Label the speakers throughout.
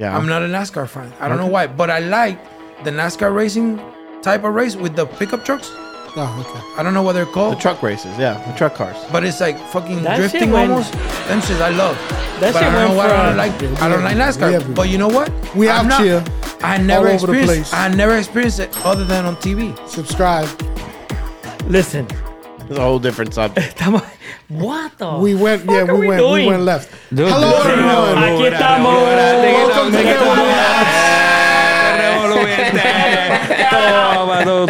Speaker 1: I'm not a NASCAR fan. I don't know why, but I like the NASCAR racing type of race with the pickup trucks.
Speaker 2: Oh, okay.
Speaker 1: I don't know what they're
Speaker 3: The
Speaker 1: called,
Speaker 3: truck races, yeah, the truck cars.
Speaker 1: but it's like fucking
Speaker 4: That shit
Speaker 1: drifting
Speaker 4: went-
Speaker 1: almost. Them shits I love.
Speaker 4: That
Speaker 1: but
Speaker 4: shit
Speaker 1: I don't
Speaker 4: went
Speaker 1: know why I don't
Speaker 4: from-
Speaker 1: like. I don't like
Speaker 2: We
Speaker 1: NASCAR.
Speaker 2: everywhere.
Speaker 1: But you know what?
Speaker 2: We
Speaker 1: I'm
Speaker 2: out
Speaker 1: not-
Speaker 2: here
Speaker 1: I never
Speaker 2: all over the
Speaker 1: experienced.
Speaker 2: place.
Speaker 1: I never experienced it other than on TV.
Speaker 2: Subscribe.
Speaker 4: Listen,
Speaker 3: It's a whole different subject.
Speaker 4: estamos. Oh. What the?
Speaker 2: We went.
Speaker 4: fuck
Speaker 2: Yeah,
Speaker 4: are
Speaker 2: we went. We
Speaker 4: doing?
Speaker 2: went left.
Speaker 5: Dude,
Speaker 2: Hello,
Speaker 5: dude.
Speaker 2: everyone.
Speaker 4: Aquí estamos.
Speaker 2: Welcome to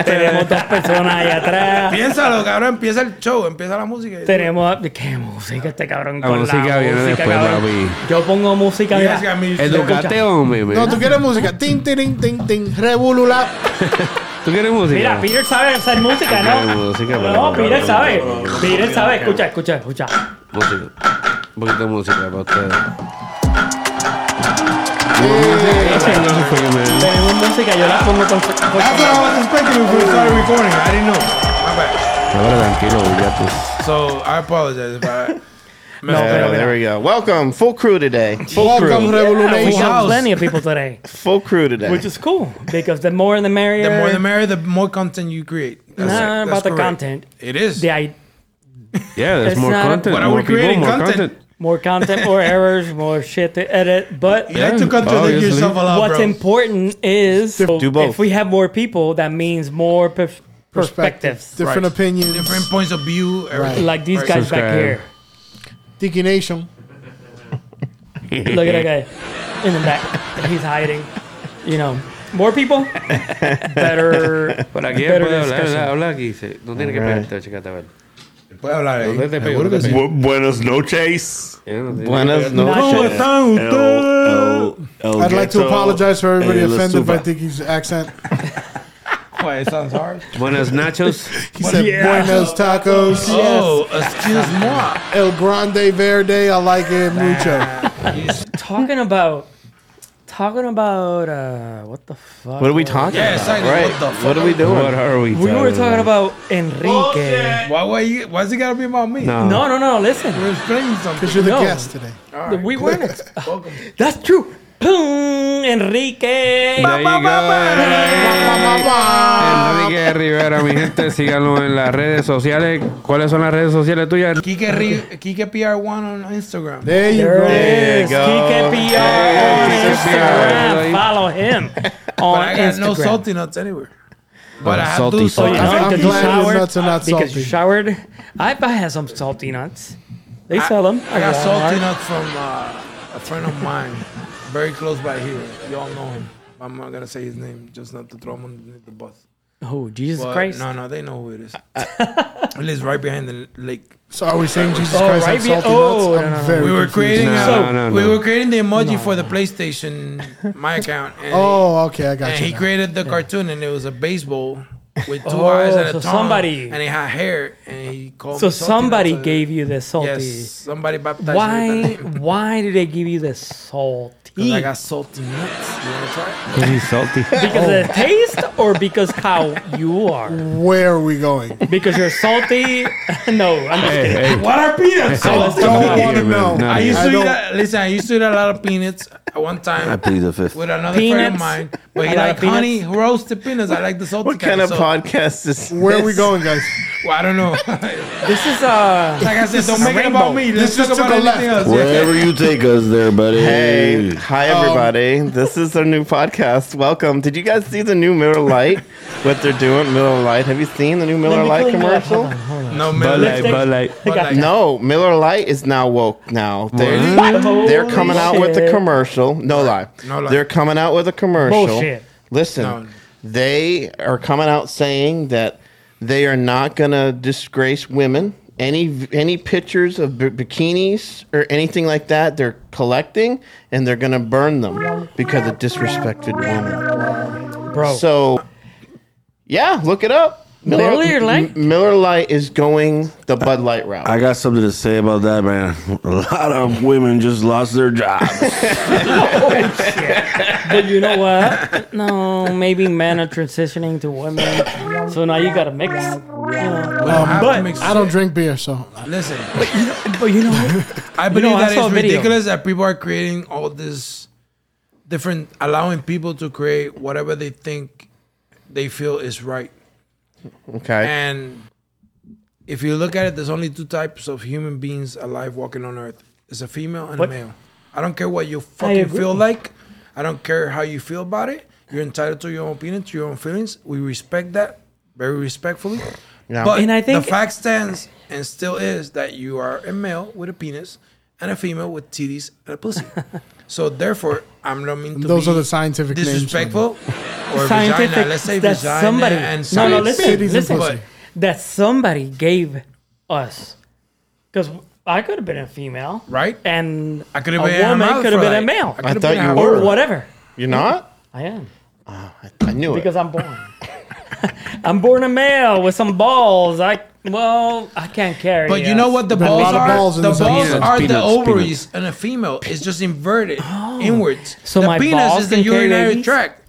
Speaker 4: Tenemos dos personas allá atrás.
Speaker 1: Piénsalo, cabrón. Empieza el show. Empieza la música.
Speaker 4: Tenemos. ¿Qué música este cabrón?
Speaker 5: La
Speaker 4: con
Speaker 5: música viene después,
Speaker 4: cabrón. Yo pongo música. mira.
Speaker 1: Yes, Gamil.
Speaker 5: Educate, hombre.
Speaker 2: No,
Speaker 5: mira.
Speaker 2: tú quieres música. Ting, ting, ting, ting. Revolula.
Speaker 5: ¿Tú quieres música?
Speaker 4: Mira, Peter sabe hacer música,
Speaker 5: Ok,
Speaker 4: ¿no?
Speaker 5: música,
Speaker 4: no,
Speaker 5: bueno,
Speaker 4: Peter
Speaker 5: bueno,
Speaker 4: sabe.
Speaker 5: bueno, bueno,
Speaker 4: Peter sabe. Escucha, escucha, escucha.
Speaker 5: Música. Un poquito de música para ustedes.
Speaker 4: Tenemos música, yo la pongo con.
Speaker 1: That's what I was expecting before we started recording. I didn't know. My bad.
Speaker 5: Ahora tranquilo, ya tú.
Speaker 1: So I apologize if I.
Speaker 4: No, pero
Speaker 3: there
Speaker 4: mira. Ah,
Speaker 3: we go. Welcome, full crew today. Full
Speaker 2: Welcome,
Speaker 3: crew.
Speaker 4: We
Speaker 2: Revolution.
Speaker 4: have
Speaker 1: house.
Speaker 4: plenty of people today,
Speaker 3: Full crew today.
Speaker 4: which is cool because the more the merrier.
Speaker 1: The more the merrier, the more content you create. That's,
Speaker 4: Not about
Speaker 1: that's
Speaker 4: the
Speaker 1: correct.
Speaker 4: content.
Speaker 1: It is.
Speaker 4: The I-
Speaker 5: Yeah, there's
Speaker 4: It's
Speaker 5: more
Speaker 4: not-
Speaker 5: content.
Speaker 1: But are
Speaker 5: more
Speaker 1: we creating
Speaker 5: people, more
Speaker 1: content?
Speaker 4: more content, more errors, more shit to edit. But
Speaker 1: You like to
Speaker 5: Yeah,
Speaker 1: contradict
Speaker 5: obviously.
Speaker 1: yourself a lot,
Speaker 4: what's
Speaker 1: bro.
Speaker 4: important is
Speaker 3: Do both.
Speaker 4: if we have more people, that means more perf- perspectives.
Speaker 2: Different
Speaker 1: Right.
Speaker 2: opinions.
Speaker 1: Different points of view. everything.
Speaker 4: Like these
Speaker 1: Right.
Speaker 4: guys back
Speaker 5: Subscribe.
Speaker 4: here.
Speaker 2: Tiki Nation.
Speaker 4: Look at that guy in the back. He's hiding. You know, more people, better,
Speaker 5: Por aquí
Speaker 4: better
Speaker 5: puede hablar,
Speaker 4: discussion.
Speaker 5: habla, habla aquí. sí. No tiene que pegarte, chécate, a ver.
Speaker 1: Puede hablar ahí.
Speaker 5: ¿Dónde te pego?
Speaker 1: Seguro que sí.
Speaker 5: ¿Dónde te
Speaker 6: Bu- buenas noches.
Speaker 5: Eh, no tiene que
Speaker 3: Buenas
Speaker 5: pegarte.
Speaker 1: ¿Cómo
Speaker 3: noches.
Speaker 1: están
Speaker 6: El-
Speaker 1: ustedes?
Speaker 6: el- el
Speaker 2: I'd like to
Speaker 6: ghetto,
Speaker 2: apologize for everybody
Speaker 6: el
Speaker 2: offended by
Speaker 6: estufa.
Speaker 2: Tiki's accent.
Speaker 1: Why, it sounds hard.
Speaker 5: Buenas nachos.
Speaker 2: He said buenos tacos.
Speaker 1: Oh, excuse moi.
Speaker 2: El Grande Verde. I like it mucho.
Speaker 4: Talking about, talking about, uh, what the fuck?
Speaker 3: What are we
Speaker 4: were-
Speaker 3: talking
Speaker 1: Yeah,
Speaker 3: about?
Speaker 1: exactly.
Speaker 3: Right.
Speaker 1: What the fuck?
Speaker 3: What are we doing?
Speaker 5: What are we?
Speaker 4: We were talking about Enrique.
Speaker 1: Oh, Why, why, you, why's it gotta be about me?
Speaker 5: No.
Speaker 4: No, no, no. Listen,
Speaker 1: We're explaining
Speaker 2: Because
Speaker 1: something.
Speaker 2: you're the
Speaker 4: No.
Speaker 2: guest today.
Speaker 4: we weren't. That's true. Boom, Enrique.
Speaker 5: There you go. Enrique Rivera, mi gente, síganlo en las redes sociales. ¿Cuáles son las redes sociales tuyas?
Speaker 1: Kike, Ri- Kike PR1 on Instagram.
Speaker 2: There you
Speaker 4: There
Speaker 2: go.
Speaker 4: it is.
Speaker 3: There you go.
Speaker 4: Kike PR on
Speaker 5: Kike
Speaker 4: Instagram.
Speaker 5: PR.
Speaker 4: Follow him
Speaker 1: But
Speaker 4: on
Speaker 1: I got
Speaker 4: Instagram.
Speaker 1: no salty nuts anywhere. But I have
Speaker 5: salty
Speaker 1: to
Speaker 5: fuck.
Speaker 1: salty
Speaker 4: You know,
Speaker 2: I'm
Speaker 4: because you
Speaker 2: glad his
Speaker 4: showered-
Speaker 2: nuts are not
Speaker 4: Because you
Speaker 2: salty.
Speaker 4: showered. I, I had some salty nuts. They
Speaker 1: I-
Speaker 4: sell them.
Speaker 1: I got
Speaker 4: at
Speaker 1: salty
Speaker 4: Walmart.
Speaker 1: nuts from uh, a friend of mine, very close by here. Y'all know him. I'm not gonna say his name, just not to throw him underneath the bus.
Speaker 4: Oh, Jesus
Speaker 1: But
Speaker 4: Christ.
Speaker 1: no, no, they know who it is. It lives right behind the lake.
Speaker 2: So are we saying Jesus
Speaker 4: Oh,
Speaker 2: Christ
Speaker 4: right
Speaker 2: had
Speaker 4: via-
Speaker 2: salty
Speaker 4: oh, no,
Speaker 2: nuts?
Speaker 4: no, no.
Speaker 2: I'm very
Speaker 1: We were creating,
Speaker 2: confused.
Speaker 1: a,
Speaker 5: No, no,
Speaker 1: we
Speaker 5: no.
Speaker 1: were creating the emoji for the PlayStation, my account, and,
Speaker 2: Oh, okay, I got
Speaker 1: and
Speaker 2: you.
Speaker 1: he
Speaker 2: now.
Speaker 1: created the cartoon, and it was a baseball with two
Speaker 4: Oh,
Speaker 1: eyes and a
Speaker 4: so
Speaker 1: tongue,
Speaker 4: somebody-
Speaker 1: and he had hair, and he called.
Speaker 4: so
Speaker 1: me salty
Speaker 4: somebody
Speaker 1: nuts.
Speaker 4: gave you the salty.
Speaker 1: Yes, somebody baptized me with that
Speaker 4: Why?
Speaker 1: name.
Speaker 4: Why do they give you the salty?
Speaker 1: I got salty nuts. You wanna try it?
Speaker 4: Because of the taste, or because how you are?
Speaker 2: Where are we going?
Speaker 4: Because you're salty. no, I'm just kidding.
Speaker 1: What are peanuts?
Speaker 4: Let's talk
Speaker 2: Don't
Speaker 4: about-
Speaker 2: want to know.
Speaker 1: I
Speaker 5: No,
Speaker 1: used
Speaker 2: I
Speaker 1: to eat
Speaker 2: don't-
Speaker 1: a, listen. I used to eat a lot of peanuts at one time
Speaker 5: plead the fifth.
Speaker 1: with another friend
Speaker 4: Peanuts?
Speaker 1: of mine. But
Speaker 4: A
Speaker 1: he
Speaker 4: lot
Speaker 1: like
Speaker 4: of peanuts?
Speaker 1: honey roasted peanuts. I like the salty
Speaker 3: What kind of
Speaker 1: so,
Speaker 3: podcast is this?
Speaker 2: Where are we going, guys?
Speaker 1: Well, I don't know. like
Speaker 4: This is uh.
Speaker 1: I said, don't
Speaker 4: is
Speaker 1: make it about
Speaker 4: rainbow.
Speaker 1: me. Let's
Speaker 2: This
Speaker 1: talk
Speaker 2: is to
Speaker 1: about
Speaker 2: the
Speaker 1: anything else.
Speaker 2: left.
Speaker 1: Yeah.
Speaker 7: Wherever you take us there, buddy.
Speaker 3: Hey, hi everybody. this is our new podcast. Welcome. Did you guys see the new Miller Lite? what they're doing, Miller Lite? Have you seen the new Miller Lite commercial?
Speaker 1: No, man.
Speaker 4: Bud
Speaker 5: Light.
Speaker 4: I got that.
Speaker 3: No, Miller Lite is now woke now. They're, they're coming out with a
Speaker 4: Bullshit.
Speaker 3: commercial. No lie.
Speaker 1: No lie.
Speaker 3: They're coming out with a commercial.
Speaker 4: Bullshit.
Speaker 3: Listen,
Speaker 1: No.
Speaker 3: they are coming out saying that they are not going to disgrace women. Any any pictures of b- bikinis or anything like that, they're collecting and they're going to burn them because it disrespected women.
Speaker 4: bro.
Speaker 3: So, yeah, look it up.
Speaker 4: Miller Lite?
Speaker 3: M- Miller Lite is going the Bud Light route.
Speaker 7: I got something to say about that, man. A lot of women just lost their jobs.
Speaker 4: But you know what? No, maybe men are transitioning to women. So now you gotta mix.
Speaker 1: We don't have to
Speaker 4: but
Speaker 1: mix
Speaker 2: I don't drink beer, so uh,
Speaker 1: shit. listen.
Speaker 4: But you know,
Speaker 1: I believe
Speaker 4: I
Speaker 1: that
Speaker 4: saw a
Speaker 1: it's
Speaker 4: video.
Speaker 1: ridiculous that people are creating all this. different allowing people to create whatever they think they feel is right.
Speaker 3: Okay.
Speaker 1: And if you look at it, there's only two types of human beings alive walking on Earth. It's a female and
Speaker 4: What?
Speaker 1: a male. I don't care what you fucking
Speaker 4: agree.
Speaker 1: feel like. I don't care how you feel about it. You're entitled to your own opinion, to your own feelings. We respect that very respectfully.
Speaker 3: Yeah.
Speaker 1: But
Speaker 4: And I think-
Speaker 1: the fact stands and still is that you are a male with a penis and a female with titties and a pussy. so therefore, I'm not mean to
Speaker 2: Those
Speaker 1: be
Speaker 2: are the scientific names.
Speaker 1: disrespectful or vagina. Let's say
Speaker 4: that
Speaker 1: vagina
Speaker 4: somebody.
Speaker 1: and
Speaker 4: no, no,
Speaker 1: science.
Speaker 4: listen,
Speaker 2: Titties and
Speaker 4: listen.
Speaker 2: pussy.
Speaker 4: That somebody gave us, because I could have been a female,
Speaker 1: Right.
Speaker 4: And
Speaker 1: I could have
Speaker 4: a
Speaker 1: been a
Speaker 4: woman could have been a
Speaker 1: hermaphrodite.
Speaker 4: male
Speaker 1: I could've
Speaker 3: thought
Speaker 1: been a
Speaker 3: you
Speaker 1: hermaphrodite.
Speaker 4: or
Speaker 3: were.
Speaker 4: whatever.
Speaker 3: You're not?
Speaker 4: I am
Speaker 3: I knew
Speaker 4: because
Speaker 3: it.
Speaker 4: I'm born. I'm born a male with some balls. I well, I can't carry.
Speaker 1: But you
Speaker 4: us.
Speaker 1: know what the
Speaker 2: There are a
Speaker 1: balls
Speaker 2: lot of
Speaker 1: are?
Speaker 2: balls in
Speaker 1: the
Speaker 2: this
Speaker 1: balls
Speaker 2: episode.
Speaker 1: are the
Speaker 5: Peanuts,
Speaker 1: ovaries and a female. It's just inverted inwards.
Speaker 4: Oh. So
Speaker 1: the
Speaker 4: my
Speaker 1: penis
Speaker 4: balls
Speaker 1: is the
Speaker 4: can carry
Speaker 1: urinary
Speaker 4: babies?
Speaker 1: tract.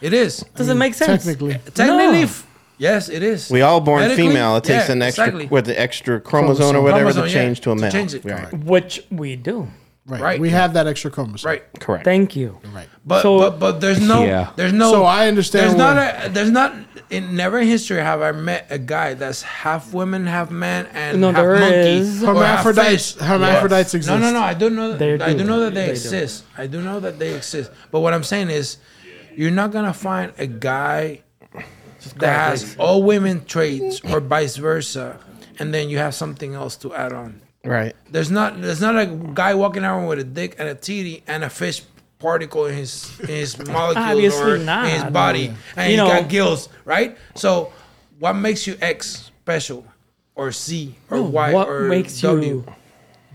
Speaker 1: It is.
Speaker 4: doesn't make sense.
Speaker 2: Technically.
Speaker 1: Technically,
Speaker 4: No.
Speaker 1: f- yes, it is.
Speaker 3: We all born
Speaker 1: Medically,
Speaker 3: female. It takes
Speaker 1: yeah,
Speaker 3: an extra
Speaker 1: exactly.
Speaker 3: with the extra chromosome or whatever
Speaker 1: Chromosome,
Speaker 3: to
Speaker 1: yeah,
Speaker 3: change to a
Speaker 1: to
Speaker 3: male.
Speaker 1: change it.
Speaker 3: Right.
Speaker 4: Which we do.
Speaker 2: Right.
Speaker 1: Right.
Speaker 2: We have that extra chromosome.
Speaker 1: right.
Speaker 3: Correct.
Speaker 4: Thank you.
Speaker 2: Right.
Speaker 1: But,
Speaker 4: So-
Speaker 1: but but there's no
Speaker 5: Yeah.
Speaker 1: there's no
Speaker 2: So I understand
Speaker 1: there's not
Speaker 2: where-
Speaker 1: a, there's not in never in history have I met a guy that's half woman half man and
Speaker 4: No,
Speaker 1: half
Speaker 4: there
Speaker 1: monkey
Speaker 4: is.
Speaker 1: or half
Speaker 2: Hermaphrodites-
Speaker 1: fish.
Speaker 2: hermaphrodites
Speaker 1: Yes. No no
Speaker 2: exist.
Speaker 1: no I do know
Speaker 4: They
Speaker 1: I
Speaker 4: do.
Speaker 1: do know that they,
Speaker 4: They do.
Speaker 1: exist I do know that they exist but what I'm saying is you're not gonna find a guy that has all women traits or vice versa and then you have something else to add on.
Speaker 3: Right.
Speaker 1: There's not there's not a guy walking around with a dick and a titty and a fish particle in his in his molecules
Speaker 4: Obviously
Speaker 1: or
Speaker 4: not.
Speaker 1: in his body and
Speaker 4: You
Speaker 1: he
Speaker 4: know-
Speaker 1: got gills, right? So what makes you X special or C or Y
Speaker 4: what
Speaker 1: or
Speaker 4: makes
Speaker 1: W?
Speaker 4: you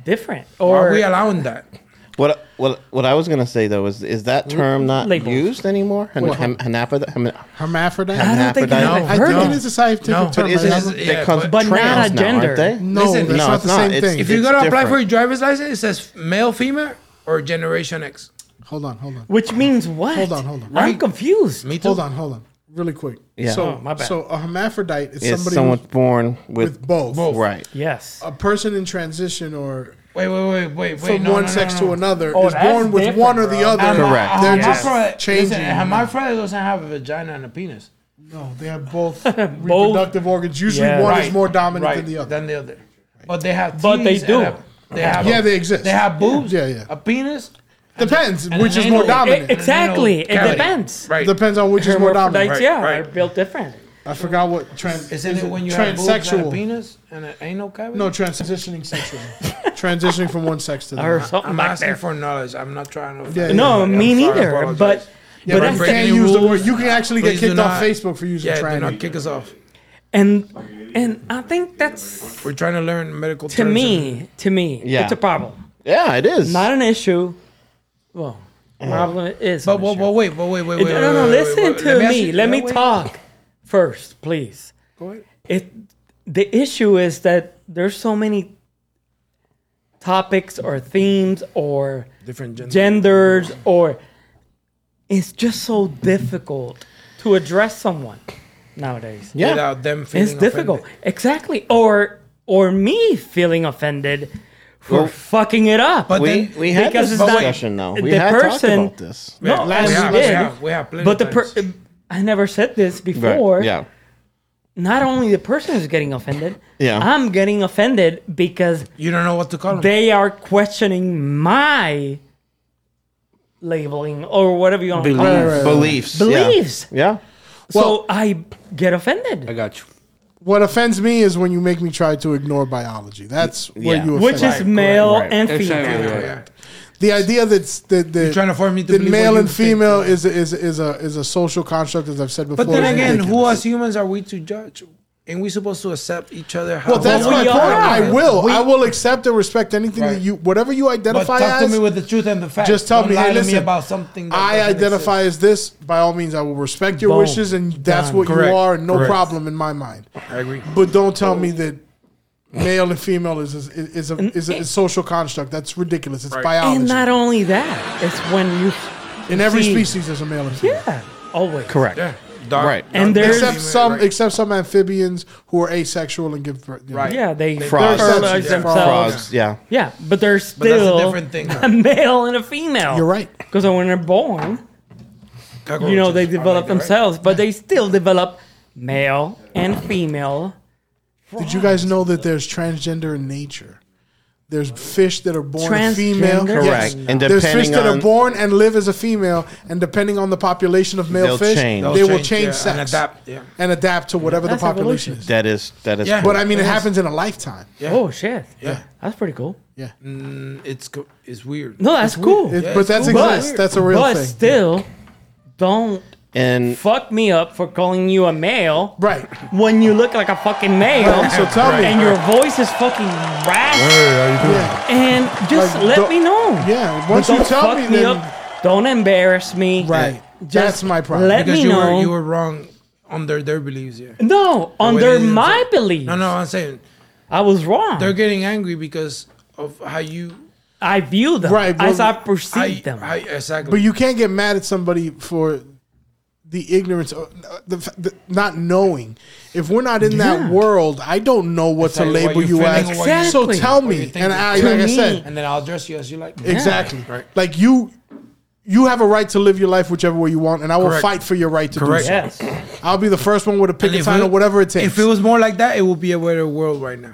Speaker 4: different?
Speaker 1: Why
Speaker 4: Or
Speaker 1: are we allowing that?
Speaker 3: What what what I was gonna say though is is that term not
Speaker 4: Labels.
Speaker 3: used anymore? Hen-
Speaker 2: Which
Speaker 3: hem-
Speaker 2: one?
Speaker 3: Hanapatha- hem-
Speaker 2: Hermaphrodite.
Speaker 4: I don't think I've
Speaker 3: No,
Speaker 4: ever
Speaker 2: I
Speaker 4: heard
Speaker 2: think
Speaker 4: it.
Speaker 2: it is a scientific
Speaker 1: No.
Speaker 2: term.
Speaker 1: But
Speaker 3: But isn't
Speaker 2: I
Speaker 1: is-
Speaker 2: don't-
Speaker 1: it-
Speaker 3: they
Speaker 1: yeah,
Speaker 3: call
Speaker 1: but-
Speaker 4: But not
Speaker 3: trans
Speaker 4: a
Speaker 3: now,
Speaker 4: gender.
Speaker 3: aren't they?
Speaker 2: no,
Speaker 1: listen,
Speaker 2: that's
Speaker 1: no,
Speaker 2: not
Speaker 3: it's
Speaker 2: the
Speaker 3: not.
Speaker 2: same
Speaker 3: It's-
Speaker 2: thing.
Speaker 1: If you're
Speaker 3: it's
Speaker 1: gonna apply for
Speaker 3: different.
Speaker 1: your driver's license, it says male, female, or Generation X.
Speaker 2: hold on, hold on.
Speaker 4: Which means what?
Speaker 2: Hold on, hold on.
Speaker 4: I'm confused.
Speaker 1: Me too.
Speaker 2: Hold on, hold on. Really quick.
Speaker 3: Yeah.
Speaker 2: So,
Speaker 4: Oh, my bad.
Speaker 2: so a hermaphrodite is
Speaker 3: Is
Speaker 2: somebody
Speaker 3: someone
Speaker 2: who's-
Speaker 3: born with,
Speaker 2: with both.
Speaker 3: right?
Speaker 4: Yes.
Speaker 1: uh,
Speaker 2: A person in transition or
Speaker 1: Wait, wait, wait, wait, wait.
Speaker 2: from
Speaker 1: no,
Speaker 2: one
Speaker 1: no, no,
Speaker 2: sex
Speaker 1: no.
Speaker 2: to another
Speaker 4: Oh,
Speaker 2: is
Speaker 4: that's
Speaker 2: born with
Speaker 4: different,
Speaker 2: one or the
Speaker 4: bro.
Speaker 2: other.
Speaker 3: Correct.
Speaker 1: A
Speaker 2: They're just
Speaker 1: hermaphrodite-
Speaker 2: changing.
Speaker 1: Listen, a hermaphrodite doesn't have a vagina and a penis.
Speaker 2: No, they have both reproductive organs. Usually
Speaker 4: Yeah.
Speaker 2: one
Speaker 1: Right,
Speaker 2: is more dominant
Speaker 1: right,
Speaker 2: than the other.
Speaker 1: Than the other. But they have.
Speaker 4: But they
Speaker 1: titties
Speaker 4: do.
Speaker 1: and a- they have.
Speaker 2: Yeah,
Speaker 1: a-
Speaker 2: they exist.
Speaker 1: They have boobs.
Speaker 2: Yeah, yeah.
Speaker 1: A penis.
Speaker 2: Depends
Speaker 1: and
Speaker 2: which
Speaker 1: an
Speaker 2: is more
Speaker 1: anal-
Speaker 2: dominant.
Speaker 1: and an
Speaker 4: Exactly,
Speaker 1: anal
Speaker 4: it
Speaker 1: cavity.
Speaker 4: depends.
Speaker 1: Right.
Speaker 2: Depends on which is more dominant.
Speaker 4: Hermaphrodites,
Speaker 1: Right,
Speaker 4: yeah,
Speaker 1: right.
Speaker 4: are built different.
Speaker 2: I forgot what trans.
Speaker 1: Isn't it when you have boobs and a
Speaker 2: transsexual?
Speaker 1: penis and an anal cavity?
Speaker 2: no, transitioning sexually. transitioning from one sex to the
Speaker 4: Or
Speaker 2: other.
Speaker 4: something
Speaker 1: I'm
Speaker 4: like
Speaker 1: asking
Speaker 4: that.
Speaker 1: for knowledge. I'm not trying to.
Speaker 2: Yeah,
Speaker 1: offend
Speaker 2: yeah.
Speaker 4: no,
Speaker 1: anybody.
Speaker 4: me
Speaker 1: I'm sorry, I
Speaker 4: neither.
Speaker 1: apologize.
Speaker 4: But
Speaker 2: Yeah,
Speaker 4: but
Speaker 2: but
Speaker 4: that's
Speaker 2: you
Speaker 1: breaking
Speaker 2: can't
Speaker 1: any
Speaker 2: use the
Speaker 1: rules.
Speaker 2: word. You can actually get
Speaker 1: Please do
Speaker 2: kicked off
Speaker 1: not-
Speaker 2: Facebook for using
Speaker 1: Yeah, do
Speaker 2: trans.
Speaker 1: not kick us off.
Speaker 4: and and I think that's
Speaker 1: We're trying to learn medical
Speaker 4: to
Speaker 1: terms and-
Speaker 4: me to me
Speaker 3: Yeah.
Speaker 4: it's a problem,
Speaker 3: Yeah, it is.
Speaker 4: not an issue. Uh, Well, problem is.
Speaker 1: But,
Speaker 4: an
Speaker 1: but,
Speaker 4: issue.
Speaker 1: but wait, but wait, wait, wait.
Speaker 4: no, no, no,
Speaker 1: wait, wait,
Speaker 4: listen
Speaker 1: wait, wait.
Speaker 4: to
Speaker 1: Let ask
Speaker 4: me.
Speaker 1: you-
Speaker 4: Let
Speaker 1: no,
Speaker 4: me
Speaker 1: wait.
Speaker 4: talk first, please.
Speaker 1: Go ahead.
Speaker 4: It the issue is that there's so many topics or themes or
Speaker 1: Different gender.
Speaker 4: genders or it's just so difficult to address someone nowadays.
Speaker 3: yeah.
Speaker 1: Without them feeling
Speaker 4: It's difficult.
Speaker 1: offended.
Speaker 4: Exactly. Or or me feeling offended for
Speaker 3: Well-
Speaker 4: fucking it up.
Speaker 1: But
Speaker 3: we
Speaker 1: then,
Speaker 3: we had
Speaker 4: because
Speaker 3: this
Speaker 4: it's not-
Speaker 3: discussion though. We
Speaker 4: the
Speaker 3: had
Speaker 4: person-
Speaker 3: talked about this.
Speaker 4: no,
Speaker 1: Yeah,
Speaker 4: and
Speaker 1: we have,
Speaker 4: we
Speaker 1: we
Speaker 4: did,
Speaker 1: have, we have plenty
Speaker 4: but
Speaker 1: of
Speaker 4: the per-
Speaker 1: times.
Speaker 4: I never said this
Speaker 3: Right.
Speaker 4: before.
Speaker 3: Yeah.
Speaker 4: not only the person is getting offended,
Speaker 3: Yeah.
Speaker 4: I'm getting offended because
Speaker 1: you don't know what to call them.
Speaker 4: they are questioning my labeling or whatever you want to call
Speaker 2: Right,
Speaker 4: it.
Speaker 2: right, right.
Speaker 3: Beliefs. yeah.
Speaker 4: Beliefs.
Speaker 3: Yeah.
Speaker 4: so I get offended,
Speaker 5: I got you.
Speaker 2: What offends me is when you make me try to ignore biology. That's where
Speaker 3: Yeah.
Speaker 2: you
Speaker 4: which
Speaker 2: offend
Speaker 4: is
Speaker 2: me.
Speaker 4: male
Speaker 3: right.
Speaker 4: and female.
Speaker 5: Exactly. yeah.
Speaker 1: yeah.
Speaker 2: the idea that's that the,
Speaker 1: trying to force me to
Speaker 2: that
Speaker 1: believe
Speaker 2: male
Speaker 1: what you
Speaker 2: and
Speaker 1: think.
Speaker 2: female is a, is is a is a social construct as I've said before.
Speaker 1: But then
Speaker 2: is
Speaker 1: again, who
Speaker 2: ridiculous.
Speaker 1: as humans are we to judge? Ain't we supposed to accept each other? How
Speaker 2: Well, that's
Speaker 1: we
Speaker 2: my
Speaker 4: we
Speaker 2: point.
Speaker 1: are?
Speaker 4: are.
Speaker 2: I will. I will accept and respect anything that
Speaker 1: Right.
Speaker 2: you, whatever you
Speaker 1: But
Speaker 2: identify
Speaker 1: talk to
Speaker 2: as.
Speaker 1: me with the truth and the facts.
Speaker 2: just tell
Speaker 1: Don't
Speaker 2: me,
Speaker 1: lie
Speaker 2: hey,
Speaker 1: to
Speaker 2: listen,
Speaker 1: me about something. that
Speaker 2: I
Speaker 1: doesn't
Speaker 2: identify as this. By all means, I will respect your
Speaker 4: Boom.
Speaker 2: wishes, and that's
Speaker 4: Done.
Speaker 2: what
Speaker 1: Correct.
Speaker 2: you are, and no
Speaker 1: Correct.
Speaker 2: problem in my mind.
Speaker 1: exist. I agree.
Speaker 2: But don't tell me that male and female is is is a, is a, is a social construct. That's ridiculous. It's
Speaker 4: And not
Speaker 2: biology.
Speaker 4: only that, it's when you
Speaker 2: In every
Speaker 4: see-
Speaker 2: species, there's a male and female.
Speaker 4: yeah, always
Speaker 3: Correct.
Speaker 1: Yeah. dark.
Speaker 3: Right.
Speaker 4: And
Speaker 1: dark
Speaker 4: there's-
Speaker 1: women,
Speaker 2: except some,
Speaker 1: right.
Speaker 2: except some amphibians who are asexual and give birth. you know.
Speaker 1: Right.
Speaker 4: Yeah, they
Speaker 3: Frogs.
Speaker 4: fertilize
Speaker 1: Yeah.
Speaker 4: themselves.
Speaker 3: Frogs, yeah.
Speaker 4: Yeah, but they're
Speaker 1: But that's
Speaker 4: still
Speaker 1: a different thing.
Speaker 4: a male and a female.
Speaker 2: You're right.
Speaker 4: Because when they're born,
Speaker 2: Oh,
Speaker 4: you know,
Speaker 1: Cockroaches
Speaker 4: they
Speaker 1: are
Speaker 4: develop
Speaker 1: like that, right?
Speaker 4: themselves, but they still develop male and female.
Speaker 2: Did you guys know that there's transgender in nature? There's fish that are born
Speaker 4: Transgender?
Speaker 2: female.
Speaker 4: Correct.
Speaker 3: And
Speaker 2: there's fish
Speaker 3: depending
Speaker 2: that
Speaker 3: on-
Speaker 2: are born and live as a female, and depending on the population of male
Speaker 3: They'll
Speaker 2: fish,
Speaker 3: change.
Speaker 1: They'll
Speaker 2: they will change
Speaker 1: yeah,
Speaker 2: sex
Speaker 1: and adapt. Yeah.
Speaker 2: and adapt to whatever
Speaker 4: That's
Speaker 2: the
Speaker 4: evolution.
Speaker 2: population is.
Speaker 3: That is that is.
Speaker 1: Yeah.
Speaker 3: cool.
Speaker 2: But I mean, it happens in a lifetime.
Speaker 4: Oh shit!
Speaker 1: Yeah.
Speaker 4: that's pretty cool.
Speaker 2: Yeah,
Speaker 1: Mm, It's co- it's weird.
Speaker 4: No, that's cool.
Speaker 2: It-
Speaker 1: Yeah,
Speaker 2: but
Speaker 1: it's
Speaker 2: that's
Speaker 1: cool.
Speaker 2: exists. That's a real
Speaker 4: but
Speaker 2: thing.
Speaker 4: still, don't
Speaker 3: and
Speaker 4: fuck me up for calling you a male
Speaker 2: Right.
Speaker 4: when you look like a fucking male.
Speaker 2: So tell me.
Speaker 4: and your voice is fucking rash.
Speaker 2: Yeah.
Speaker 4: And just
Speaker 2: Like,
Speaker 4: let
Speaker 2: don't-
Speaker 4: me know.
Speaker 2: yeah.
Speaker 4: But
Speaker 2: Once you
Speaker 4: don't
Speaker 2: tell
Speaker 4: fuck
Speaker 2: me,
Speaker 4: me,
Speaker 2: then
Speaker 4: up. Don't embarrass me.
Speaker 2: right.
Speaker 4: Just
Speaker 2: that's my problem.
Speaker 4: let-
Speaker 1: because
Speaker 4: me
Speaker 1: you
Speaker 4: know.
Speaker 1: were you were wrong under their beliefs. Yeah.
Speaker 4: No,
Speaker 1: Wait,
Speaker 4: under
Speaker 1: it's-
Speaker 4: my belief,
Speaker 1: No, no, I'm saying
Speaker 4: I was wrong.
Speaker 1: they're getting angry because of how you.
Speaker 4: I view them
Speaker 2: Right,
Speaker 4: as
Speaker 2: well,
Speaker 4: I
Speaker 1: I,
Speaker 4: perceive them.
Speaker 1: I- exactly.
Speaker 2: But you can't get mad at somebody for the ignorance, of, the, f- the not knowing. If we're not in
Speaker 4: Yeah.
Speaker 2: that world, I don't know what to
Speaker 1: like what
Speaker 2: label
Speaker 1: you're
Speaker 2: you
Speaker 1: feeling or
Speaker 2: as.
Speaker 4: what you-
Speaker 2: So
Speaker 4: Exactly.
Speaker 2: tell
Speaker 1: What you're
Speaker 2: me,
Speaker 1: thinking.
Speaker 2: and I,
Speaker 4: To
Speaker 2: like I
Speaker 4: me.
Speaker 2: said,
Speaker 1: and then I'll dress you as you like.
Speaker 2: exactly.
Speaker 1: Right.
Speaker 2: Like you, you have a right to live your life whichever way you want, and I will
Speaker 1: Correct.
Speaker 2: fight for your right to
Speaker 1: Correct.
Speaker 2: do so.
Speaker 4: yes,
Speaker 2: I'll be the first one with a picket
Speaker 1: if
Speaker 2: sign
Speaker 1: it-
Speaker 2: or whatever it takes.
Speaker 1: If it was more like that, it would be a better world right now.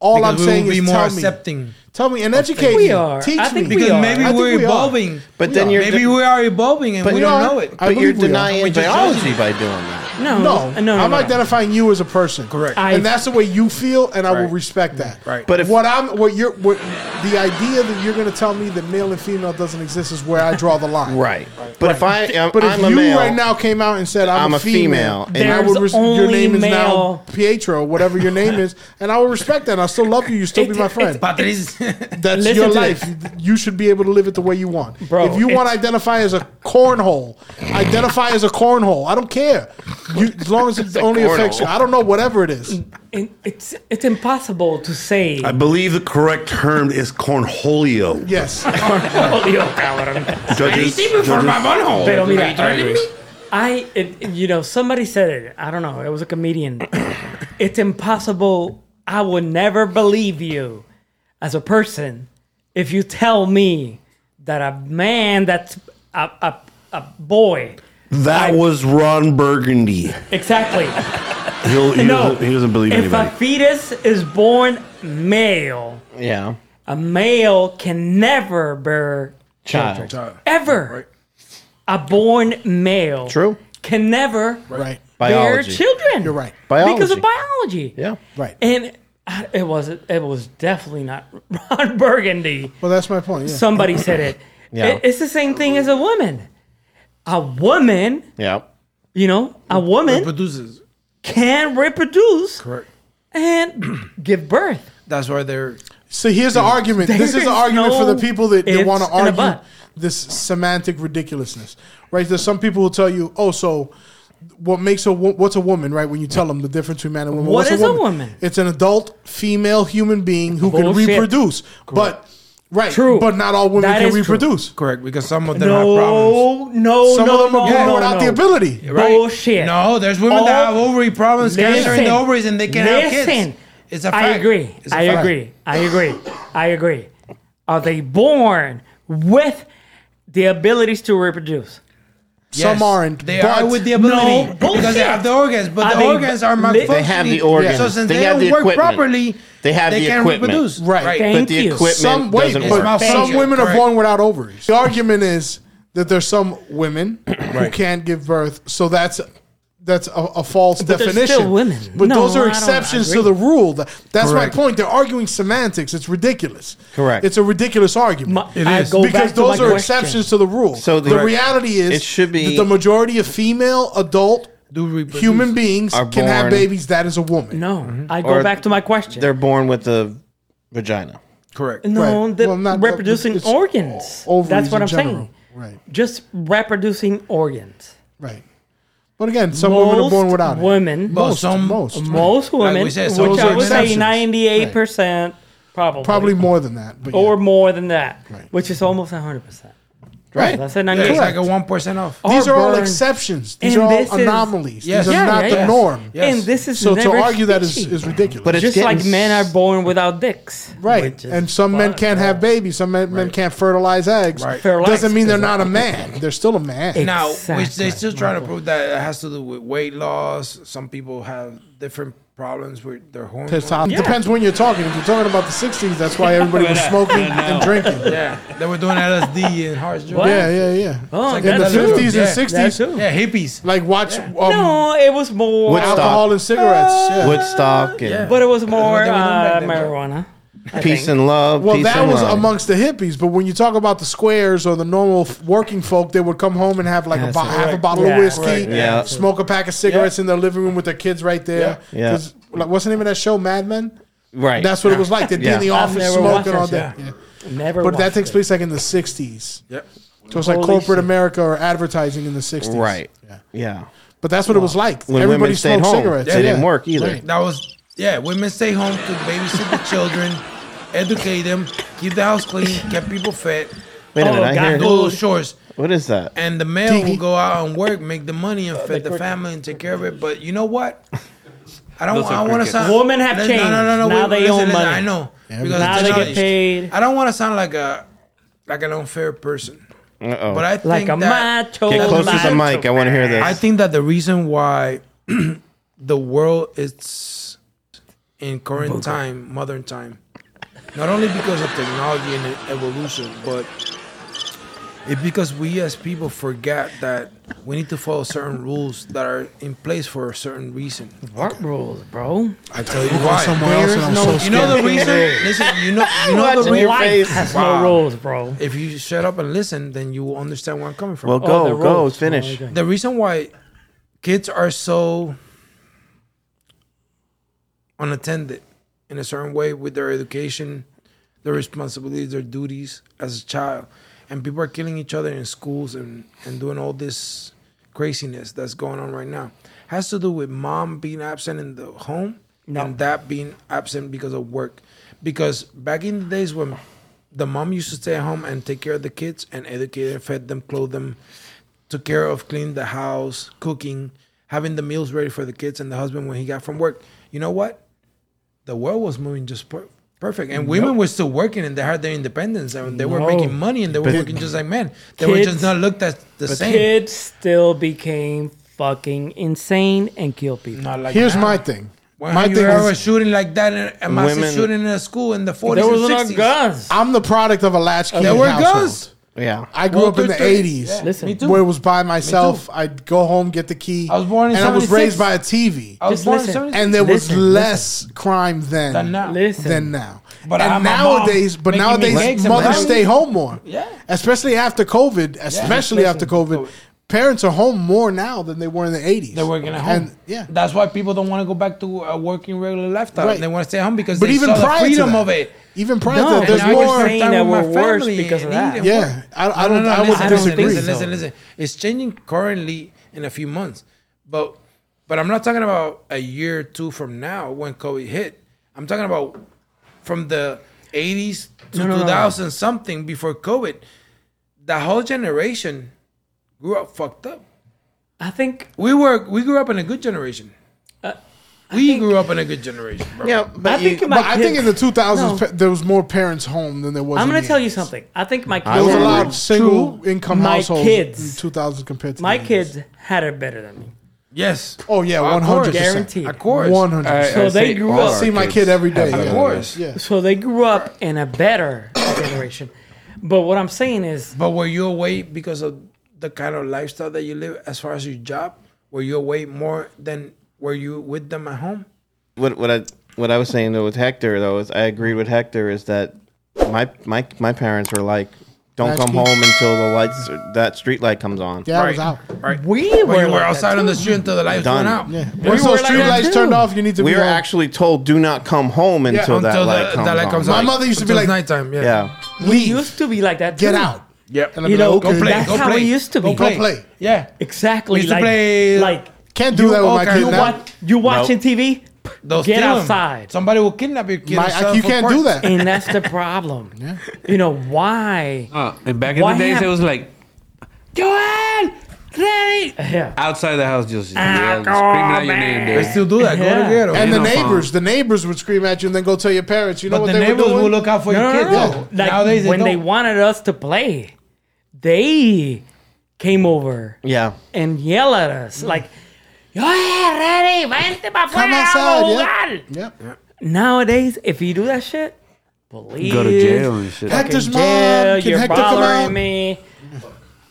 Speaker 2: All
Speaker 1: Because
Speaker 2: I'm
Speaker 1: we would
Speaker 2: saying
Speaker 1: be
Speaker 2: is
Speaker 1: more
Speaker 2: tell
Speaker 1: accepting.
Speaker 2: me, tell me, and educate
Speaker 4: We
Speaker 2: me,
Speaker 4: are.
Speaker 2: teach
Speaker 4: I think
Speaker 2: me.
Speaker 4: we
Speaker 1: Because
Speaker 4: are.
Speaker 1: maybe
Speaker 2: I think
Speaker 1: we're
Speaker 2: we are.
Speaker 1: evolving.
Speaker 3: But then you're
Speaker 1: maybe we are evolving and
Speaker 3: But
Speaker 1: we
Speaker 3: you
Speaker 1: don't
Speaker 3: are-
Speaker 1: know it.
Speaker 2: I
Speaker 3: but you're
Speaker 2: believe we are.
Speaker 3: denying
Speaker 1: We just
Speaker 3: biology by doing that.
Speaker 4: no,
Speaker 2: No,
Speaker 4: no, no.
Speaker 2: I'm
Speaker 4: no.
Speaker 2: identifying you as a person,
Speaker 1: Correct.
Speaker 4: I-
Speaker 2: and that's the way you feel, and I will
Speaker 1: Right.
Speaker 2: respect that.
Speaker 1: Right.
Speaker 3: But if-
Speaker 2: what I'm, what you're, what the idea that you're going to tell me that male and female doesn't exist is where I draw the line.
Speaker 3: Right. But if I am,
Speaker 2: But if
Speaker 3: I'm
Speaker 2: you
Speaker 3: a male,
Speaker 2: right now came out and said I'm,
Speaker 3: I'm
Speaker 2: a
Speaker 3: a
Speaker 2: female,
Speaker 3: female,
Speaker 2: and I
Speaker 4: There's
Speaker 2: would res- your
Speaker 4: only
Speaker 2: name is now
Speaker 4: male-
Speaker 2: Pietro, whatever your name is, and I will respect that. and I'll still love you. You still
Speaker 4: It-
Speaker 2: be my
Speaker 4: it-
Speaker 2: friend.
Speaker 1: Patrice.
Speaker 2: That's
Speaker 4: Listen
Speaker 2: your
Speaker 4: to
Speaker 2: life. You should be able to live it the way you want.
Speaker 4: Bro,
Speaker 2: if you want to
Speaker 4: it's-
Speaker 2: identify as a cornhole, identify as a cornhole. I don't care. You, as long as it only affects you. I don't know whatever it is.
Speaker 4: It- it's it's impossible to say.
Speaker 6: I believe the correct term is cornholio.
Speaker 2: Yes.
Speaker 4: Polio, cabrón.
Speaker 6: Judges,
Speaker 4: Pero mira, I it, you know somebody said it. I don't know. It was a comedian. it's impossible. I would never believe you as a person if you tell me that a man that's a a, a boy
Speaker 6: that was Ron Burgundy.
Speaker 4: exactly.
Speaker 6: He'll, he,
Speaker 4: No,
Speaker 6: doesn't, he doesn't believe
Speaker 4: if
Speaker 6: anybody.
Speaker 4: a fetus is born male,
Speaker 3: yeah,
Speaker 4: a male can never bear
Speaker 3: child.
Speaker 4: ever. A born male
Speaker 3: True.
Speaker 4: can never
Speaker 2: right.
Speaker 4: their
Speaker 3: Biology.
Speaker 4: children.
Speaker 2: You're right.
Speaker 4: Because
Speaker 3: Biology.
Speaker 4: of biology.
Speaker 3: Yeah.
Speaker 2: Right.
Speaker 4: And I- it was it was definitely not Ron Burgundy.
Speaker 2: Well, that's my point. Yeah.
Speaker 4: Somebody said it.
Speaker 3: Yeah.
Speaker 4: It- It's the same thing as a woman. A woman,
Speaker 3: Yeah.
Speaker 4: you know, a woman
Speaker 1: Produces.
Speaker 4: can reproduce
Speaker 1: Correct.
Speaker 4: and give birth.
Speaker 1: That's why they're.
Speaker 2: So here's the argument. This is
Speaker 4: There is
Speaker 2: an argument for the
Speaker 4: no
Speaker 2: people that, that
Speaker 4: ifs
Speaker 2: want to
Speaker 4: and a
Speaker 2: argue
Speaker 4: but.
Speaker 2: this semantic ridiculousness, right? There's some people who tell you, "Oh, so what makes a wo- what's a woman?" Right? When you tell them the difference between man and woman,
Speaker 4: What
Speaker 2: what's
Speaker 4: is a woman?
Speaker 2: It's an adult female human being who
Speaker 4: Bullshit.
Speaker 2: can reproduce, but right,
Speaker 4: True.
Speaker 2: but not all women
Speaker 4: That
Speaker 2: can
Speaker 4: is true.
Speaker 2: reproduce.
Speaker 1: Correct. Because some of them have problems.
Speaker 4: No, no,
Speaker 2: Some
Speaker 4: no,
Speaker 2: of them are
Speaker 4: no,
Speaker 2: born
Speaker 4: no,
Speaker 2: without
Speaker 4: no.
Speaker 2: the ability.
Speaker 4: Bullshit.
Speaker 1: No, there's women that have
Speaker 4: All-
Speaker 1: ovary problems, cancer in the
Speaker 4: Listen.
Speaker 1: ovaries, and they can't have kids.
Speaker 4: Listen.
Speaker 1: It's a fact.
Speaker 4: I agree.
Speaker 1: It's a
Speaker 4: I
Speaker 1: fact.
Speaker 4: agree. I agree. I agree. Are they born with the abilities to reproduce?
Speaker 2: Some aren't,
Speaker 1: They are
Speaker 2: but-
Speaker 1: with the ability
Speaker 4: No,
Speaker 1: because they
Speaker 4: bullshit.
Speaker 1: have the organs, but
Speaker 4: Are
Speaker 1: the
Speaker 4: they-
Speaker 1: organs are malfunctioning.
Speaker 4: They
Speaker 3: have the organs.
Speaker 1: So since
Speaker 3: They
Speaker 1: they,
Speaker 3: have
Speaker 1: don't
Speaker 3: the
Speaker 1: work
Speaker 3: equipment.
Speaker 1: properly,
Speaker 3: They have the
Speaker 1: can't
Speaker 3: equipment.
Speaker 1: reproduce.
Speaker 2: Right.
Speaker 3: But
Speaker 4: Thank
Speaker 3: the
Speaker 4: you.
Speaker 3: equipment
Speaker 2: Some wait,
Speaker 3: doesn't
Speaker 1: It's
Speaker 3: work.
Speaker 1: mouth-
Speaker 2: but some
Speaker 1: Malfunction,
Speaker 2: women are
Speaker 1: correct.
Speaker 2: born without ovaries. The argument is that there's some women who can't give birth, so that's that's a, a false
Speaker 4: there's
Speaker 2: definition.
Speaker 4: still women.
Speaker 2: But
Speaker 4: No,
Speaker 2: those are
Speaker 4: I don't
Speaker 2: exceptions to
Speaker 4: agree.
Speaker 2: the rule. That, that's
Speaker 1: Correct.
Speaker 2: my point. They're arguing semantics. It's ridiculous.
Speaker 3: Correct.
Speaker 2: It's a ridiculous argument.
Speaker 4: My-
Speaker 1: It
Speaker 4: I
Speaker 1: is.
Speaker 4: go back
Speaker 2: because
Speaker 4: to my
Speaker 2: those are
Speaker 4: question.
Speaker 2: exceptions to the rule.
Speaker 3: So
Speaker 2: the,
Speaker 3: the- Correct.
Speaker 2: reality is
Speaker 3: It should be-
Speaker 2: that the majority of female adult
Speaker 1: Do reproduce.
Speaker 2: human beings
Speaker 3: Are
Speaker 2: can have
Speaker 3: born-
Speaker 2: babies. That is a woman.
Speaker 4: No, I go
Speaker 3: Or
Speaker 4: back to my question.
Speaker 3: They're born with the vagina.
Speaker 1: Correct.
Speaker 4: no,
Speaker 2: Right.
Speaker 4: they're
Speaker 2: Well, not-
Speaker 4: reproducing
Speaker 2: it's
Speaker 4: organs.
Speaker 2: ovaries
Speaker 4: That's what
Speaker 2: in
Speaker 4: I'm
Speaker 2: general.
Speaker 4: saying.
Speaker 2: Right.
Speaker 4: Just reproducing organs.
Speaker 2: Right. But again, some women are born without it.
Speaker 4: women,
Speaker 1: But
Speaker 2: Most,
Speaker 1: some-
Speaker 2: most.
Speaker 4: most women,
Speaker 1: we said, some
Speaker 4: which I would
Speaker 1: women-
Speaker 4: say
Speaker 2: Exceptions.
Speaker 4: 98% probably,
Speaker 2: Probably more than that. But
Speaker 4: or
Speaker 2: yeah.
Speaker 4: more than that,
Speaker 2: Right.
Speaker 4: which is almost 100%.
Speaker 3: Right.
Speaker 4: That's a
Speaker 1: It's
Speaker 4: 98.
Speaker 1: like a one percent off.
Speaker 2: These are all
Speaker 4: Auburn.
Speaker 2: exceptions. These
Speaker 4: And
Speaker 2: are
Speaker 4: this
Speaker 2: all
Speaker 4: is-
Speaker 2: anomalies.
Speaker 1: Yes.
Speaker 2: These are
Speaker 1: Yeah,
Speaker 2: not
Speaker 4: yeah,
Speaker 2: the
Speaker 4: yeah.
Speaker 2: norm.
Speaker 1: Yes.
Speaker 4: And this is
Speaker 2: So to
Speaker 4: never
Speaker 2: argue that is,
Speaker 4: fishy.
Speaker 2: is ridiculous.
Speaker 3: But it's
Speaker 4: just
Speaker 3: getting
Speaker 4: like men are born without dicks.
Speaker 2: right.
Speaker 4: Which is
Speaker 2: And some men
Speaker 4: fucked
Speaker 2: can't
Speaker 4: up.
Speaker 2: have babies. Some men, men can't fertilize eggs.
Speaker 1: Right.
Speaker 4: Fertilize,
Speaker 2: Doesn't mean they're not a man. They're still a man.
Speaker 4: Ex-
Speaker 1: Now, which
Speaker 4: Exactly,
Speaker 1: they're still trying to
Speaker 4: Michael.
Speaker 1: prove that it has to do with weight loss. Some people have different problems with their hormones.
Speaker 2: Testo-
Speaker 4: Yeah.
Speaker 2: Depends when you're talking. If you're talking about the 60s, that's why everybody was smoking and drinking.
Speaker 1: Yeah, they were doing LSD and hard drugs.
Speaker 4: What?
Speaker 2: Yeah, yeah, yeah.
Speaker 4: Oh,
Speaker 2: In the Um,
Speaker 4: that
Speaker 1: that's
Speaker 4: too.
Speaker 2: 50s
Speaker 1: Yeah,
Speaker 2: and 60s,
Speaker 4: That too.
Speaker 1: Yeah, hippies.
Speaker 2: like watch um,
Speaker 4: no, it was more.
Speaker 3: What's up?
Speaker 2: alcohol and cigarettes.
Speaker 4: Uh,
Speaker 2: yeah.
Speaker 3: Woodstock and
Speaker 1: Yeah.
Speaker 4: But it was more
Speaker 1: what they were doing
Speaker 4: uh,
Speaker 1: back then, bro.
Speaker 4: marijuana. I
Speaker 3: peace
Speaker 4: think.
Speaker 3: and love.
Speaker 2: Well,
Speaker 3: peace
Speaker 2: that
Speaker 3: and
Speaker 2: was
Speaker 3: love.
Speaker 2: amongst the hippies, but when you talk about the squares or the normal f- working folk, they would come home and have like a
Speaker 4: That's
Speaker 2: bo-
Speaker 4: it.
Speaker 2: half a
Speaker 4: Right.
Speaker 2: bottle
Speaker 4: Yeah.
Speaker 2: of whiskey,
Speaker 1: Right.
Speaker 3: Yeah.
Speaker 2: smoke a pack of cigarettes in their living room with their kids right there.
Speaker 3: Yeah. Yeah.
Speaker 2: 'Cause, Like, what's the name of that show, Mad Men?
Speaker 3: right.
Speaker 2: That's what it was like. They'd be
Speaker 3: Yeah.
Speaker 2: in the
Speaker 4: I've
Speaker 2: office
Speaker 4: never watched
Speaker 2: smoking
Speaker 4: that
Speaker 2: all day.
Speaker 1: show.
Speaker 2: Yeah.
Speaker 4: Never.
Speaker 2: But that
Speaker 4: watched
Speaker 2: takes
Speaker 4: it.
Speaker 2: place like in the 60s.
Speaker 1: Yep.
Speaker 2: So it's like
Speaker 4: Holy
Speaker 2: corporate
Speaker 4: shit.
Speaker 2: America or advertising in the 60s.
Speaker 3: right.
Speaker 2: Yeah.
Speaker 3: Yeah.
Speaker 2: But that's what it was like.
Speaker 3: When
Speaker 2: Everybody
Speaker 3: women stayed
Speaker 2: smoked
Speaker 3: home,
Speaker 2: cigarettes.
Speaker 3: they didn't work either.
Speaker 2: Right.
Speaker 1: That was yeah. Women stay home to babysit the children, educate them, keep the house clean, get people fed,
Speaker 3: Wait a
Speaker 4: Oh,
Speaker 3: minute. I
Speaker 4: God,
Speaker 3: hear.
Speaker 1: do those chores,
Speaker 3: What is that?
Speaker 1: and the male will go out and work, make the money, and feed the family and take care of it. But you know what? I don't. I want to sound.
Speaker 4: Women have
Speaker 1: Listen,
Speaker 4: changed. Now they own money.
Speaker 1: I know. Because
Speaker 4: Now they
Speaker 1: technology-
Speaker 4: get paid
Speaker 1: I don't want to sound like a like an unfair person,
Speaker 3: Uh oh.
Speaker 1: but I think
Speaker 4: like a
Speaker 1: that,
Speaker 4: macho.
Speaker 3: Get closer to the
Speaker 4: macho.
Speaker 3: mic. I want to hear this.
Speaker 1: I think that the reason why the world is in current time, modern time, not only because of technology and evolution, but it's because we as people forget that we need to follow certain rules that are in place for a certain reason.
Speaker 4: Work rules, bro.
Speaker 1: I tell you
Speaker 2: Somewhere
Speaker 1: why.
Speaker 2: else and I'm so
Speaker 1: You know the reason. Listen, you know, you know the
Speaker 3: Watching
Speaker 1: reason.
Speaker 3: your
Speaker 4: Life
Speaker 3: face.
Speaker 4: has
Speaker 1: Wow.
Speaker 4: no rules, bro.
Speaker 1: If you shut up and listen, then you will understand where I'm coming from.
Speaker 3: Well,
Speaker 4: Oh,
Speaker 3: go,
Speaker 4: the
Speaker 3: go,
Speaker 4: ropes.
Speaker 3: finish.
Speaker 4: Oh, okay.
Speaker 1: the reason why kids are so unattended in a certain way with their education, their responsibilities, their duties as a child, and people are killing each other in schools and, and doing all this craziness that's going on right now has to do with mom being absent in the home and that being absent because of work. Because back in the days when the mom used to stay at home and take care of the kids and educate them, fed them, clothe them, took care of cleaning the house, cooking, having the meals ready for the kids and the husband when he got from work. You know what? The world was moving just per- perfect, and women were still working and they had their independence and they were
Speaker 4: No.
Speaker 1: making money and they were working just like men. They were
Speaker 4: Kids-
Speaker 1: just not looked at the same.
Speaker 4: Kids still became fucking insane and kill people.
Speaker 1: Not like
Speaker 2: Here's
Speaker 1: now.
Speaker 2: my thing.
Speaker 1: When
Speaker 2: my
Speaker 1: you
Speaker 2: thing
Speaker 1: ever
Speaker 2: is-
Speaker 1: shooting like that in a massive
Speaker 3: Women-
Speaker 1: shooting in a school in the 40s
Speaker 4: there was
Speaker 1: and
Speaker 4: no
Speaker 1: 60s?
Speaker 4: guns.
Speaker 2: I'm the product of a latchkey
Speaker 1: There were
Speaker 2: household.
Speaker 1: guns.
Speaker 3: Yeah.
Speaker 2: I grew
Speaker 1: Well,
Speaker 2: up in the
Speaker 1: there's thirty-
Speaker 2: '80s,
Speaker 1: yeah.
Speaker 4: Listen.
Speaker 1: Me too.
Speaker 2: where it was by myself. I'd go home, get the key.
Speaker 1: I was born in
Speaker 2: and I was
Speaker 1: 76.
Speaker 2: raised by a TV,
Speaker 1: I was
Speaker 4: Just
Speaker 1: born
Speaker 4: listen.
Speaker 1: in 70s.
Speaker 2: and there was
Speaker 4: Listen,
Speaker 2: less crime then
Speaker 1: Than now.
Speaker 4: Listen,
Speaker 2: than now.
Speaker 1: But I'm-
Speaker 2: and
Speaker 1: my mom
Speaker 2: nowadays, but
Speaker 1: making me
Speaker 2: nowadays,
Speaker 1: cakes and
Speaker 2: mothers
Speaker 1: brownies.
Speaker 2: stay home more.
Speaker 1: Yeah.
Speaker 2: especially after COVID. Especially
Speaker 1: Listen,
Speaker 2: after COVID,
Speaker 1: COVID.
Speaker 2: parents are home more now than they were in the '80s.
Speaker 1: They're working at home.
Speaker 2: And, yeah,
Speaker 1: That's why people don't want to go back to a working regular lifestyle.
Speaker 2: Right.
Speaker 1: They want to stay home because
Speaker 2: But
Speaker 1: they
Speaker 2: even
Speaker 1: saw
Speaker 2: prior
Speaker 1: the
Speaker 2: to
Speaker 1: freedom
Speaker 2: that-
Speaker 1: of it.
Speaker 2: even
Speaker 4: No,
Speaker 2: prior to that,
Speaker 4: now
Speaker 2: there's
Speaker 4: you're
Speaker 2: more.
Speaker 4: saying
Speaker 1: time
Speaker 4: that
Speaker 1: with my
Speaker 4: we're worse
Speaker 1: family
Speaker 4: because of
Speaker 1: and
Speaker 4: that.
Speaker 1: eating.
Speaker 2: Yeah, I, I
Speaker 1: No,
Speaker 2: don't.
Speaker 1: no, no,
Speaker 2: I
Speaker 1: listen,
Speaker 2: wouldn't
Speaker 4: don't
Speaker 1: listen,
Speaker 2: disagree.
Speaker 1: listen,
Speaker 4: so.
Speaker 1: listen, listen. It's changing currently in a few months, but but I'm not talking about a year or two from now when COVID hit. I'm talking about from the 80s to
Speaker 4: No, no, no, no.
Speaker 1: 2000 something before COVID. The whole generation grew up fucked up.
Speaker 4: I think
Speaker 1: We were we grew up in a good generation.
Speaker 4: Uh,
Speaker 1: we grew up in a good generation, bro.
Speaker 3: Yeah, but
Speaker 4: I think
Speaker 3: you,
Speaker 4: my
Speaker 2: But I think
Speaker 4: kids-
Speaker 2: in the 2000s,
Speaker 4: No.
Speaker 2: pa- there was more parents home than there was.
Speaker 4: I'm
Speaker 2: going to
Speaker 4: tell you something. I think my kids
Speaker 2: There was a
Speaker 3: True.
Speaker 2: lot of single income
Speaker 4: my
Speaker 2: households
Speaker 4: kids.
Speaker 2: in 2000 compared to
Speaker 4: My
Speaker 2: the 80s.
Speaker 4: kids had it better than me.
Speaker 1: Yes.
Speaker 2: Oh yeah,
Speaker 1: Of
Speaker 2: 100.
Speaker 1: course.
Speaker 4: Guaranteed.
Speaker 1: Of course.
Speaker 2: 100.
Speaker 5: I-
Speaker 4: So
Speaker 5: I
Speaker 4: they
Speaker 5: say
Speaker 4: grew
Speaker 5: all
Speaker 4: up-
Speaker 5: our
Speaker 2: see my
Speaker 5: kids.
Speaker 2: kid every day.
Speaker 1: Of
Speaker 2: yeah.
Speaker 1: course.
Speaker 2: Yeah.
Speaker 4: So they grew up in a better generation. But what I'm saying is,
Speaker 1: But were you away because of the kind of lifestyle that you live as far as your job? Were you away more than were you with them at home?
Speaker 3: what what I what I was saying though with Hector though is I agreed with Hector is that my my my parents were like, don't come
Speaker 2: Latchkey.
Speaker 3: home until the lights are- that street light comes on.
Speaker 2: Yeah, I was out.
Speaker 1: Right.
Speaker 4: We
Speaker 1: But
Speaker 4: were
Speaker 1: you were
Speaker 4: like that
Speaker 1: outside on the street until the lights
Speaker 3: Done.
Speaker 1: went out.
Speaker 2: Yeah. Once
Speaker 4: were
Speaker 2: those
Speaker 4: like
Speaker 2: street
Speaker 4: that
Speaker 2: lights
Speaker 4: too.
Speaker 2: turned off, you need to
Speaker 3: We
Speaker 2: be
Speaker 3: were
Speaker 2: home.
Speaker 3: actually told do not come home until,
Speaker 1: until
Speaker 3: that,
Speaker 1: the-
Speaker 3: light comes
Speaker 1: that light comes
Speaker 2: My
Speaker 1: on.
Speaker 3: on.
Speaker 2: mother used to be
Speaker 1: Until
Speaker 2: like,
Speaker 1: nighttime. Yeah.
Speaker 3: Yeah,
Speaker 4: we
Speaker 2: "Leave,
Speaker 4: used to be like that.
Speaker 2: get
Speaker 4: too.
Speaker 2: out."
Speaker 1: Yep.
Speaker 2: And I'd
Speaker 4: You
Speaker 2: be like,
Speaker 4: know,
Speaker 2: "Okay."
Speaker 1: Go play.
Speaker 4: That's
Speaker 1: go
Speaker 4: how
Speaker 1: play.
Speaker 4: we used to
Speaker 1: go
Speaker 4: be.
Speaker 1: Play.
Speaker 2: Go play.
Speaker 1: Yeah.
Speaker 4: Exactly.
Speaker 1: We used to
Speaker 4: like,
Speaker 1: play- uh,
Speaker 4: like
Speaker 2: Can't do
Speaker 1: You
Speaker 2: that with my
Speaker 1: okay,
Speaker 2: kid
Speaker 4: you
Speaker 1: Nah.
Speaker 2: now.
Speaker 4: watch, you watching TV,
Speaker 1: They'll
Speaker 4: Get
Speaker 1: steal 'em.
Speaker 4: outside.
Speaker 1: Somebody will kidnap your kid.
Speaker 2: My-
Speaker 1: or sell
Speaker 2: you
Speaker 1: for
Speaker 2: can't do
Speaker 1: parts.
Speaker 2: that.
Speaker 4: and that's the problem. You know why?
Speaker 5: Uh, and back in
Speaker 4: Why
Speaker 5: the days,
Speaker 4: hap-
Speaker 5: it was like Joel, ready?
Speaker 4: Yeah.
Speaker 5: Outside the house, just yeah, screaming out your name,
Speaker 1: They
Speaker 5: dude.
Speaker 1: still do that.
Speaker 4: Yeah.
Speaker 1: Go to ghetto.
Speaker 2: And the
Speaker 5: no phone.
Speaker 2: neighbors, the neighbors would scream at you and then go tell your parents. You know
Speaker 1: but
Speaker 2: what
Speaker 1: the
Speaker 2: they were
Speaker 1: neighbors
Speaker 2: doing?
Speaker 1: will look out for your kids. though.
Speaker 4: Like,
Speaker 1: Nowadays,
Speaker 4: when they
Speaker 1: don't.
Speaker 4: wanted us to play, they came over
Speaker 3: Yeah.
Speaker 4: and yell at us like, "Yo, eh, ready, vente pa'
Speaker 2: Mm. Come
Speaker 4: fuera,
Speaker 2: outside,
Speaker 4: vamos
Speaker 2: yeah.
Speaker 4: a jugar."
Speaker 2: Yep.
Speaker 4: Nowadays, if you do that shit, police
Speaker 5: Go to jail and shit.
Speaker 2: Hector's mom.
Speaker 4: jail,
Speaker 2: Can
Speaker 4: you're
Speaker 2: Hector come out?
Speaker 4: bothering me.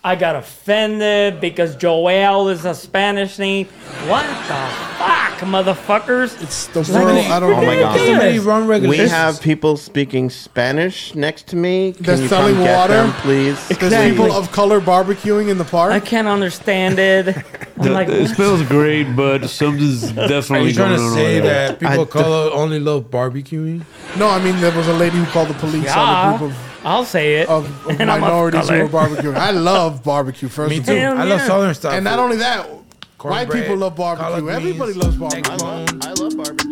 Speaker 4: I got offended because Joel is a Spanish name. What the fuck, motherfuckers?
Speaker 2: It's the
Speaker 4: like
Speaker 2: world.
Speaker 4: an-
Speaker 2: I don't
Speaker 3: Oh my
Speaker 2: know.
Speaker 3: God.
Speaker 1: There's so many wrong
Speaker 3: We
Speaker 1: regulations.
Speaker 3: have people speaking Spanish next to me. Can
Speaker 2: That's
Speaker 3: you
Speaker 2: selling
Speaker 3: come get
Speaker 2: water?
Speaker 3: them, please?
Speaker 2: There's people of color barbecuing in the
Speaker 4: I
Speaker 2: park.
Speaker 4: can't understand it. I'm like,
Speaker 7: it
Speaker 4: what?
Speaker 7: smells great, but something's definitely
Speaker 1: Are you trying
Speaker 7: going
Speaker 1: to
Speaker 7: on
Speaker 1: say
Speaker 7: over there.
Speaker 1: that people
Speaker 3: I
Speaker 1: of color only love barbecuing?
Speaker 2: No, I mean there was a lady who called the police on a
Speaker 4: yeah,
Speaker 2: group of.
Speaker 4: I'll say it.
Speaker 2: Of, of
Speaker 4: And I'm a
Speaker 2: minorities who
Speaker 4: color.
Speaker 2: were barbecuing. I love barbecue, first
Speaker 1: Me
Speaker 2: of
Speaker 1: too.
Speaker 2: all.
Speaker 4: Hell
Speaker 1: I love
Speaker 4: yeah.
Speaker 1: southern stuff.
Speaker 2: And not only that, white
Speaker 1: Cornbread,
Speaker 2: people love
Speaker 1: collard
Speaker 2: barbecue.
Speaker 1: greens,
Speaker 2: Everybody loves barbecue.
Speaker 1: egg bone.
Speaker 3: I love barbecue.